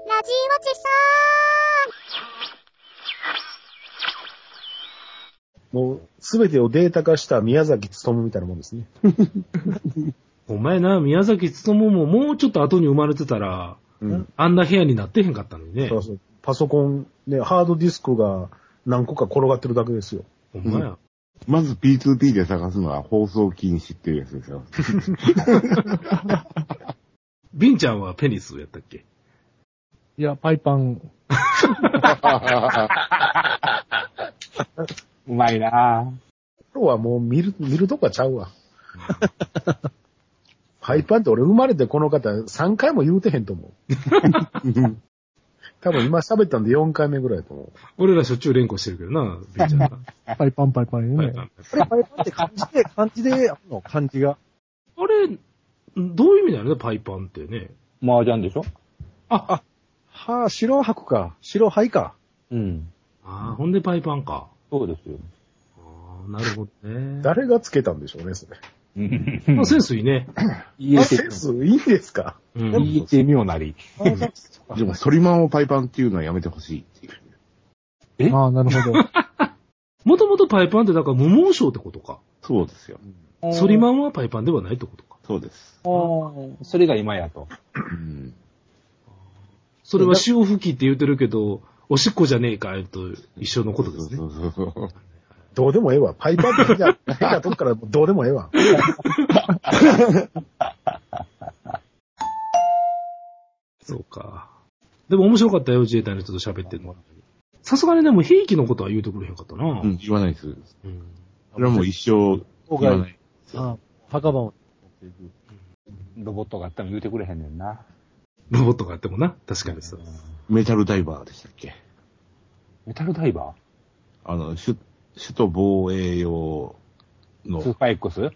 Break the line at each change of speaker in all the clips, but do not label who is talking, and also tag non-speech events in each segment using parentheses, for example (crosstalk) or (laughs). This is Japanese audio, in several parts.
ちそ
もう、すべてをデータ化した宮崎勤みたいなもんですね。
お前な、宮崎勤ももうちょっと後に生まれてたら、
うん。
あんな部屋になってへんかったのにね。
そうそう。パソコン、ね、ハードディスクが何個か転がってるだけですよ。
ほんまや。
まず P2P で探すのは放送禁止っていうやつです (laughs) よ。
ビンちゃんはペニスやったっけ
いや、パイパン。
うまいな
今日はもう見る、見るとこはちゃう
(laughs)
わ。ハイパンって俺生まれてこの方3回も言うてへんと思う。
(laughs)
多分今喋ったんで4回目ぐらいだと思う。
俺らしょっちゅう連呼してるけどな、ビンちゃんが。
パイパンパイパン
は
ね
い。はい
やっぱりパイパンって漢字で、漢字であるの、漢字が。
あれ、どういう意味なのね、パイパンってね。
麻雀でしょ
はあ、白白か。白灰か。
うん。
ああ、ほんでパイパンか。
そうですよ。
ああ、なるほどね。
誰がつけたんでしょうね、それ。
(laughs)
まあ、センスいいね。
言
あ
えて
センスいいですか
う
み、
ん。
言えてみようなり。
でも、ソリマンをパイパンっていうのはやめてほしいっていう。
え
ああ、なるほど。
もともとパイパンってだから無紋章ってことか。
そうですよ。
ソリマンはパイパンではないってことか。
そうです。
ン。それが今やと。
うん。
それは潮吹きって言ってるけど、おしっこじゃねえか、えっと、一緒のことですね
そ。うそうそう。
どうでもええわ。パイパンってじゃあ、変なとこからどうでもええわ。
そうか。でも面白かったよ、自衛隊の人と喋ってんの。さすがにでも兵器のことは言うてくれへんかったな。
うん、言わないです。
うん
それはもう一生
郊
言わな
外
い。
(laughs) ああ墓場を。
ロボットがあったら言うてくれへんねんな。
ロボットがあってもな。確かにそう。
メタルダイバーでしたっけ
メタルダイバ
あの、首首都防衛用
ースー
の、
パー X?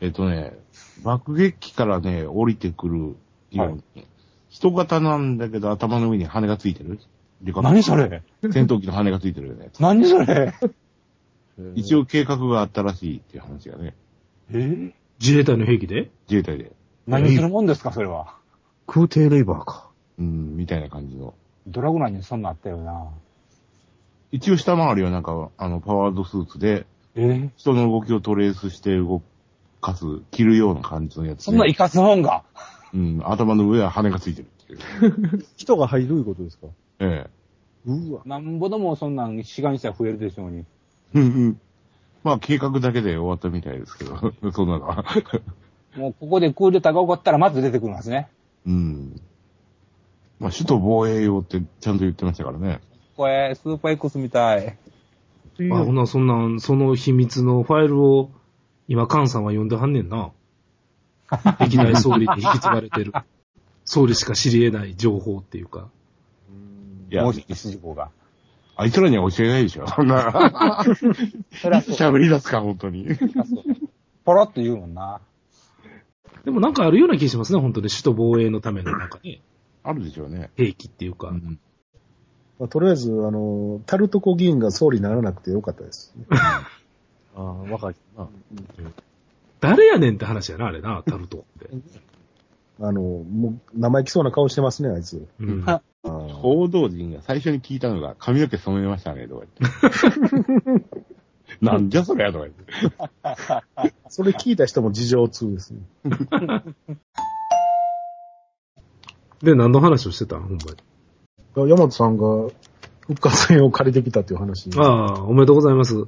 えっとね、爆撃機からね、降りてくるように、人型なんだけど頭の上に羽がついてるでかく
何それ
戦闘機の羽がついてるよね。
何そ (laughs) れ
一応計画があったらしいっていう話がね、
え
自衛隊の兵器で
自衛隊で、
何するもんですか、それは。
空挺レイバーか。
うん、みたいな感じの。
ドラゴナにそんなんあったよな。
一応下回りはなんか、あの、パワードスーツで、
え
人の動きをトレースして動かす、着るような感じのやつで。
そんな生かす本が。
うん、頭の上は羽がついてるっていう。
人が入るいうことですか
え
うわ。
なんぼでもそんなん、志願者増えるでしょうに。
え。まあ、計画だけで終わったみたいですけど、 (laughs) そんなのは。
もうここでクーデターが起こったらまず出てくるんですね。
うん。まあ、首都防衛用ってちゃんと言ってましたからね。
これ、スーパー X みたい。
とい
あ、ほ
う、
な、そんなん、その秘密のファイルを、今、カンさんは読んではんねんな。歴代総理に引き継がれてる。総理しか知り得ない情報っていうか。
いや
もう、一つ事故が。
あいつらには教えないでしょ。そん (laughs) な、
それはそう。
喋り出すか、本当に。
ポロッと言うもんな。
でもなんかあるような気しますね、本当に。首都防衛のためのなんかね、
あるでしょうね。
兵器っていうか。
うん
まあ、とりあえず、あの、タルトコ議員が総理にならなくてよかったです。
ああ、若いな。
誰やねんって話やな、あれな、タルトって。
あの、もう、生意気そうな顔してますね、あいつ。
うん。
(laughs)
あー
報道陣が最初に聞いたのが、髪の毛染めましたね、とか言 (laughs) って。なんじゃそりゃ、とか言って。
それ聞いた人も事情通ですね。
で、何の話をしてたんほんまに。
山本さんが、復活戦を借りてきたっていう話。
ああ、おめでとうございます。
あ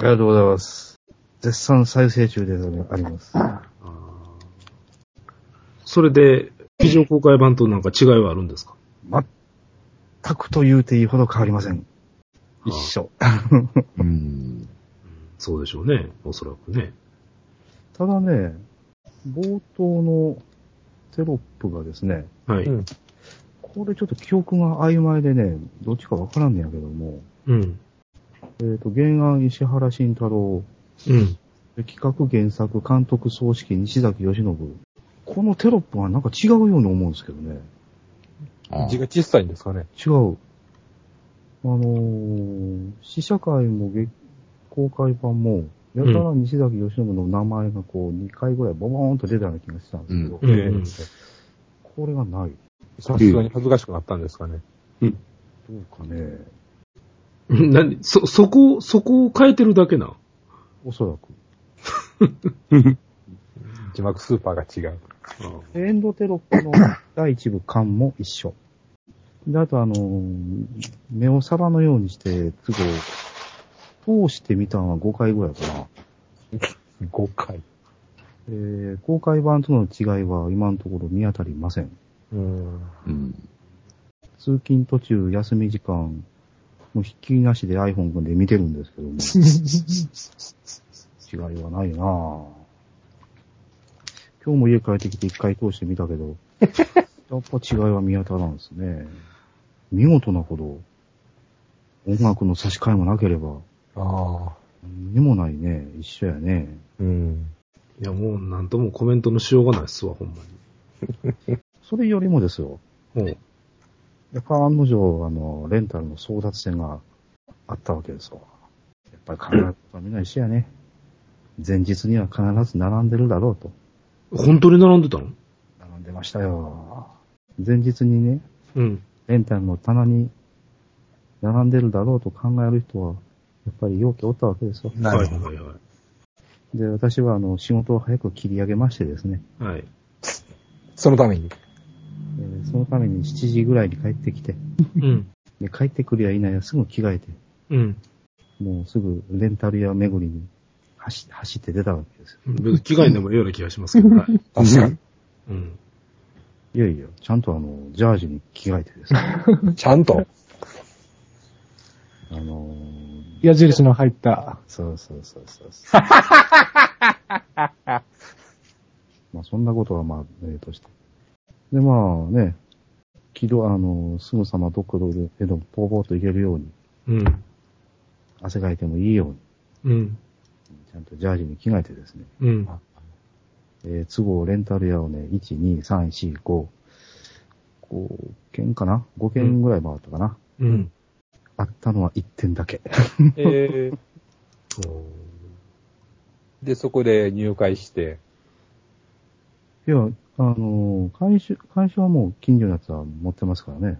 りがとうございます。絶賛再生中であります。
それで、非常公開版となんか違いはあるんですか
タクと言うていいほど変わりません。一緒。た
うん。
そうでしょうね、おそらくね。
だね、冒頭のテロップがですね、
はい。
うん
これちょっと記憶が曖昧でね、どっちかわからんねやけども、
うん。
えっ、と、原案石原慎太郎、
うん。
企画原作監督総指揮西崎義信。このテロップはなんか違うように思うんですけどね。
ああ
字が小さいんですかね。
違う。あのー、試写会もげ公開版も、やたら西崎義信の名前がこう2回ぐらいボボーンと出たような気がしたんですけど、
うん。
これがない。
さすがに恥ずかしくなったんですかね。
どうかね。
何そ、そこ、そこを変えてるだけな。
おそらく。
字幕スーパーが違う。
エンドテロップの第一部巻も一緒。で、あとあのー目を皿のようにして、都合、通してみたのは5回ぐらいかな。
5回。
えー公開版との違いは今のところ見当たりません。
うん。
うん。
通勤途中、休み時間、もうひっきりなしで iPhone で見てるんですけども。違いはないなぁ。今日も家帰ってきて一回通してみたけど、やっぱ違いは見当たらんですね。見事なほど、音楽の差し替えもなければ、
ああ。
何にもないね。一緒やね。
うん。
いや、もうなんともコメントのしようがないっすわ、ほんま
それよりもですよ。
に。も
やっぱ案の定、あの、レンタルの争奪戦があったわけですわ。やっぱり必ず、みんな一緒やね。前日には必ず並んでるだろうと。
う、本当に並んでたの
並んでましたよ。前日にね、
うん。
レンタルの棚に並んでるだろうと考える人は、やっぱり容器おったわけですよ。
はい
な
は
る
い
ほ
は
ど。
いは
で、私はあの、仕事を早く切り上げましてですね、
い。はい。
そのために。
えーそのために7時ぐらいに帰ってきて、
うん。
で帰ってくりゃいないやすぐ着替えて、
うん。
もうすぐレンタル屋巡りに走走って出たわけですよ。
別に着替えんでもええような気がしますけど、はい。
確か
うん。
いやいや、ちゃんとあの、ジャージに着替えてですね。
に。 (laughs) ちゃんと。
あのー、
矢印の入った。
そうそうそうそうそう。 (laughs) まあそんなことはまあ、ええとして。でまあね、軌道、あのーすぐさまどこででもポーポーといけるように、
うん。
汗かいてもいいように、
うん。
ちゃんとジャージに着替えてですね、
うん。
えー都合レンタル屋をね、1、2、3、4、5、5件かな ?5 件ぐらい回ったかな、
うん。
あったのは1点だけ。
え (laughs) ー
お
で、そこで入会して。
いや、あのー、監修、監修はもう近所のやつは持ってますからね。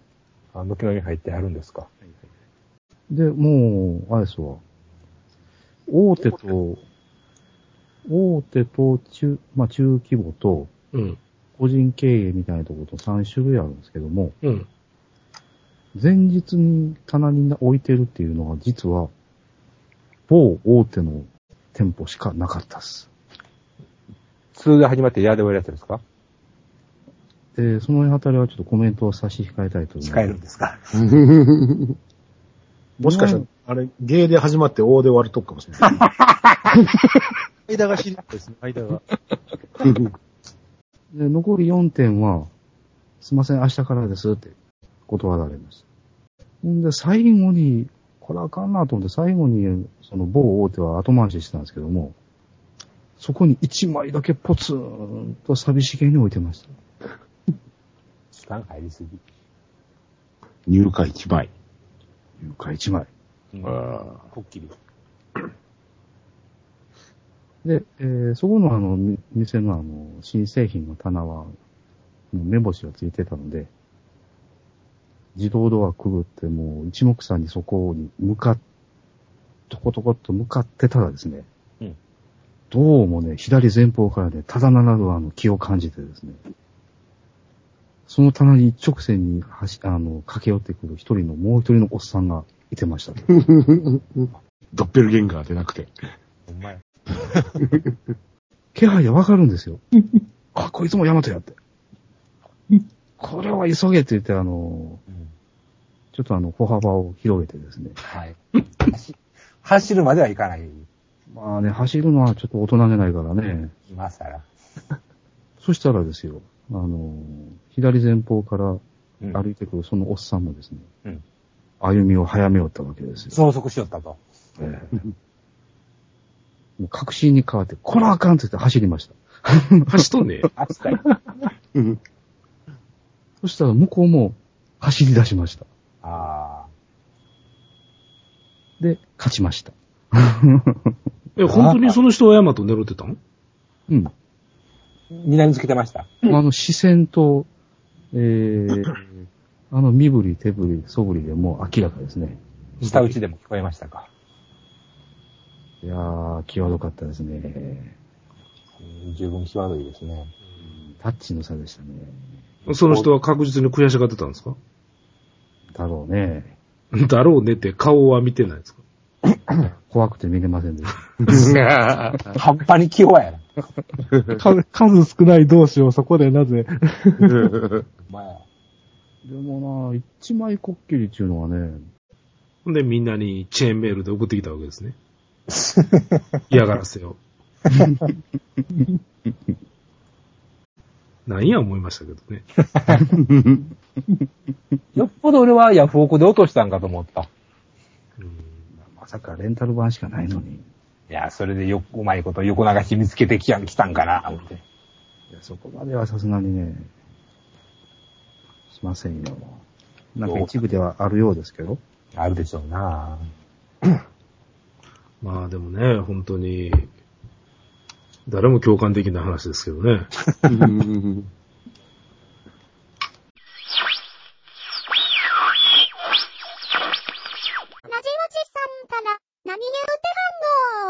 あ、軒並み入ってあるんですか。
で、もう、あれですわ。大手と、大手と中、まあ中規模と、
ーうん。
個人経営みたいなところと3種類あるんですけども、
うん。
前日に棚に置いてるっていうのが実は、某大手の店舗しかなかったっす。
通が始まって嫌で終わるやつですか
で、その辺あたりはちょっとコメントを差し控えたいと思います。
使えるんですか
もしかしたら、あれ、芸で始まって大で終わるとこかもしれない。
間が知りですね、間が。
で、残り4点は、すいません、明日からですって断られました。んで、最後に、これあかんなと思って、最後に、その某大手は後回ししてたんですけども、そこに1枚だけポツンと寂しげに置いてました。
期間入りすぎ。
入荷1枚。
床1枚。
あ
こっきり。
で、えーそこのあの、み店のあの、新製品の棚は、もう目星がついてたので、自動ドアくぐってもう一目散にそこに向かっ、とことこっと向かってたらですね、
うん
どうもね、左前方からね、ただならぬあの気を感じてですね、その棚に一直線に走、あの、駆け寄ってくる一人のもう一人のおっさんがいてました。
ドッペルゲンガーでなくて。
ほんまや。
気配でわかるん
(laughs)
ですよ。あ、こいつもヤマトやって。これは急げって言って、あの、
うん
ちょっとあの、歩幅を広げてですね。
はい。 (laughs) 走走るまではいかない。
まあね、走るのはちょっと大人げないからね。
今更。
そしたらですよ、あの、左前方から
うん
歩いてくるそのおっさんもですね、
うん
歩みを早めよったわけですよ。
増速しよったと。
ええもう確信に変わって、こらあかんって言って走りました。
走っとんね。
扱 (laughs) い。
そしたら向こうも走り出しました。
あ
で、勝ちました。
え、本当にその人はヤマト狙ってたの
うん。
あ。睨みつけてました。
あの、視線と、えー、あの身振り、手振り、素振りでもう明らかですね。
下打ちでも聞こえましたか。
いやー、際どかったですね。
うん十分際どいですね。
タッチの差でしたね。
その人は確実に悔しがってたんですか (laughs)
だろうね。
だろうねって顔は見てないですか
怖くて見れませんでした。
半端に器用やな。
か数少ない同士をそこでなぜ、
お前は
でもな、一枚こっきりっていうのはね、
ほんでみんなにチェーンメールで送ってきたわけですね。嫌がらせを。なんや思いましたけどね。
よっぽど俺はヤフオクで落としたんかと思った。
まさかレンタル版しかないのに。
いや、それでよ、うまいこと横流し見つけてきやん、来たんかな、思って。
いやそこまではさすがにね、しませんよ。なんか一部ではあるようですけど。
あるでしょうな
まあでもね、本当に、誰も共感できない話ですけどね。
ラジオチさんから何言うてはんの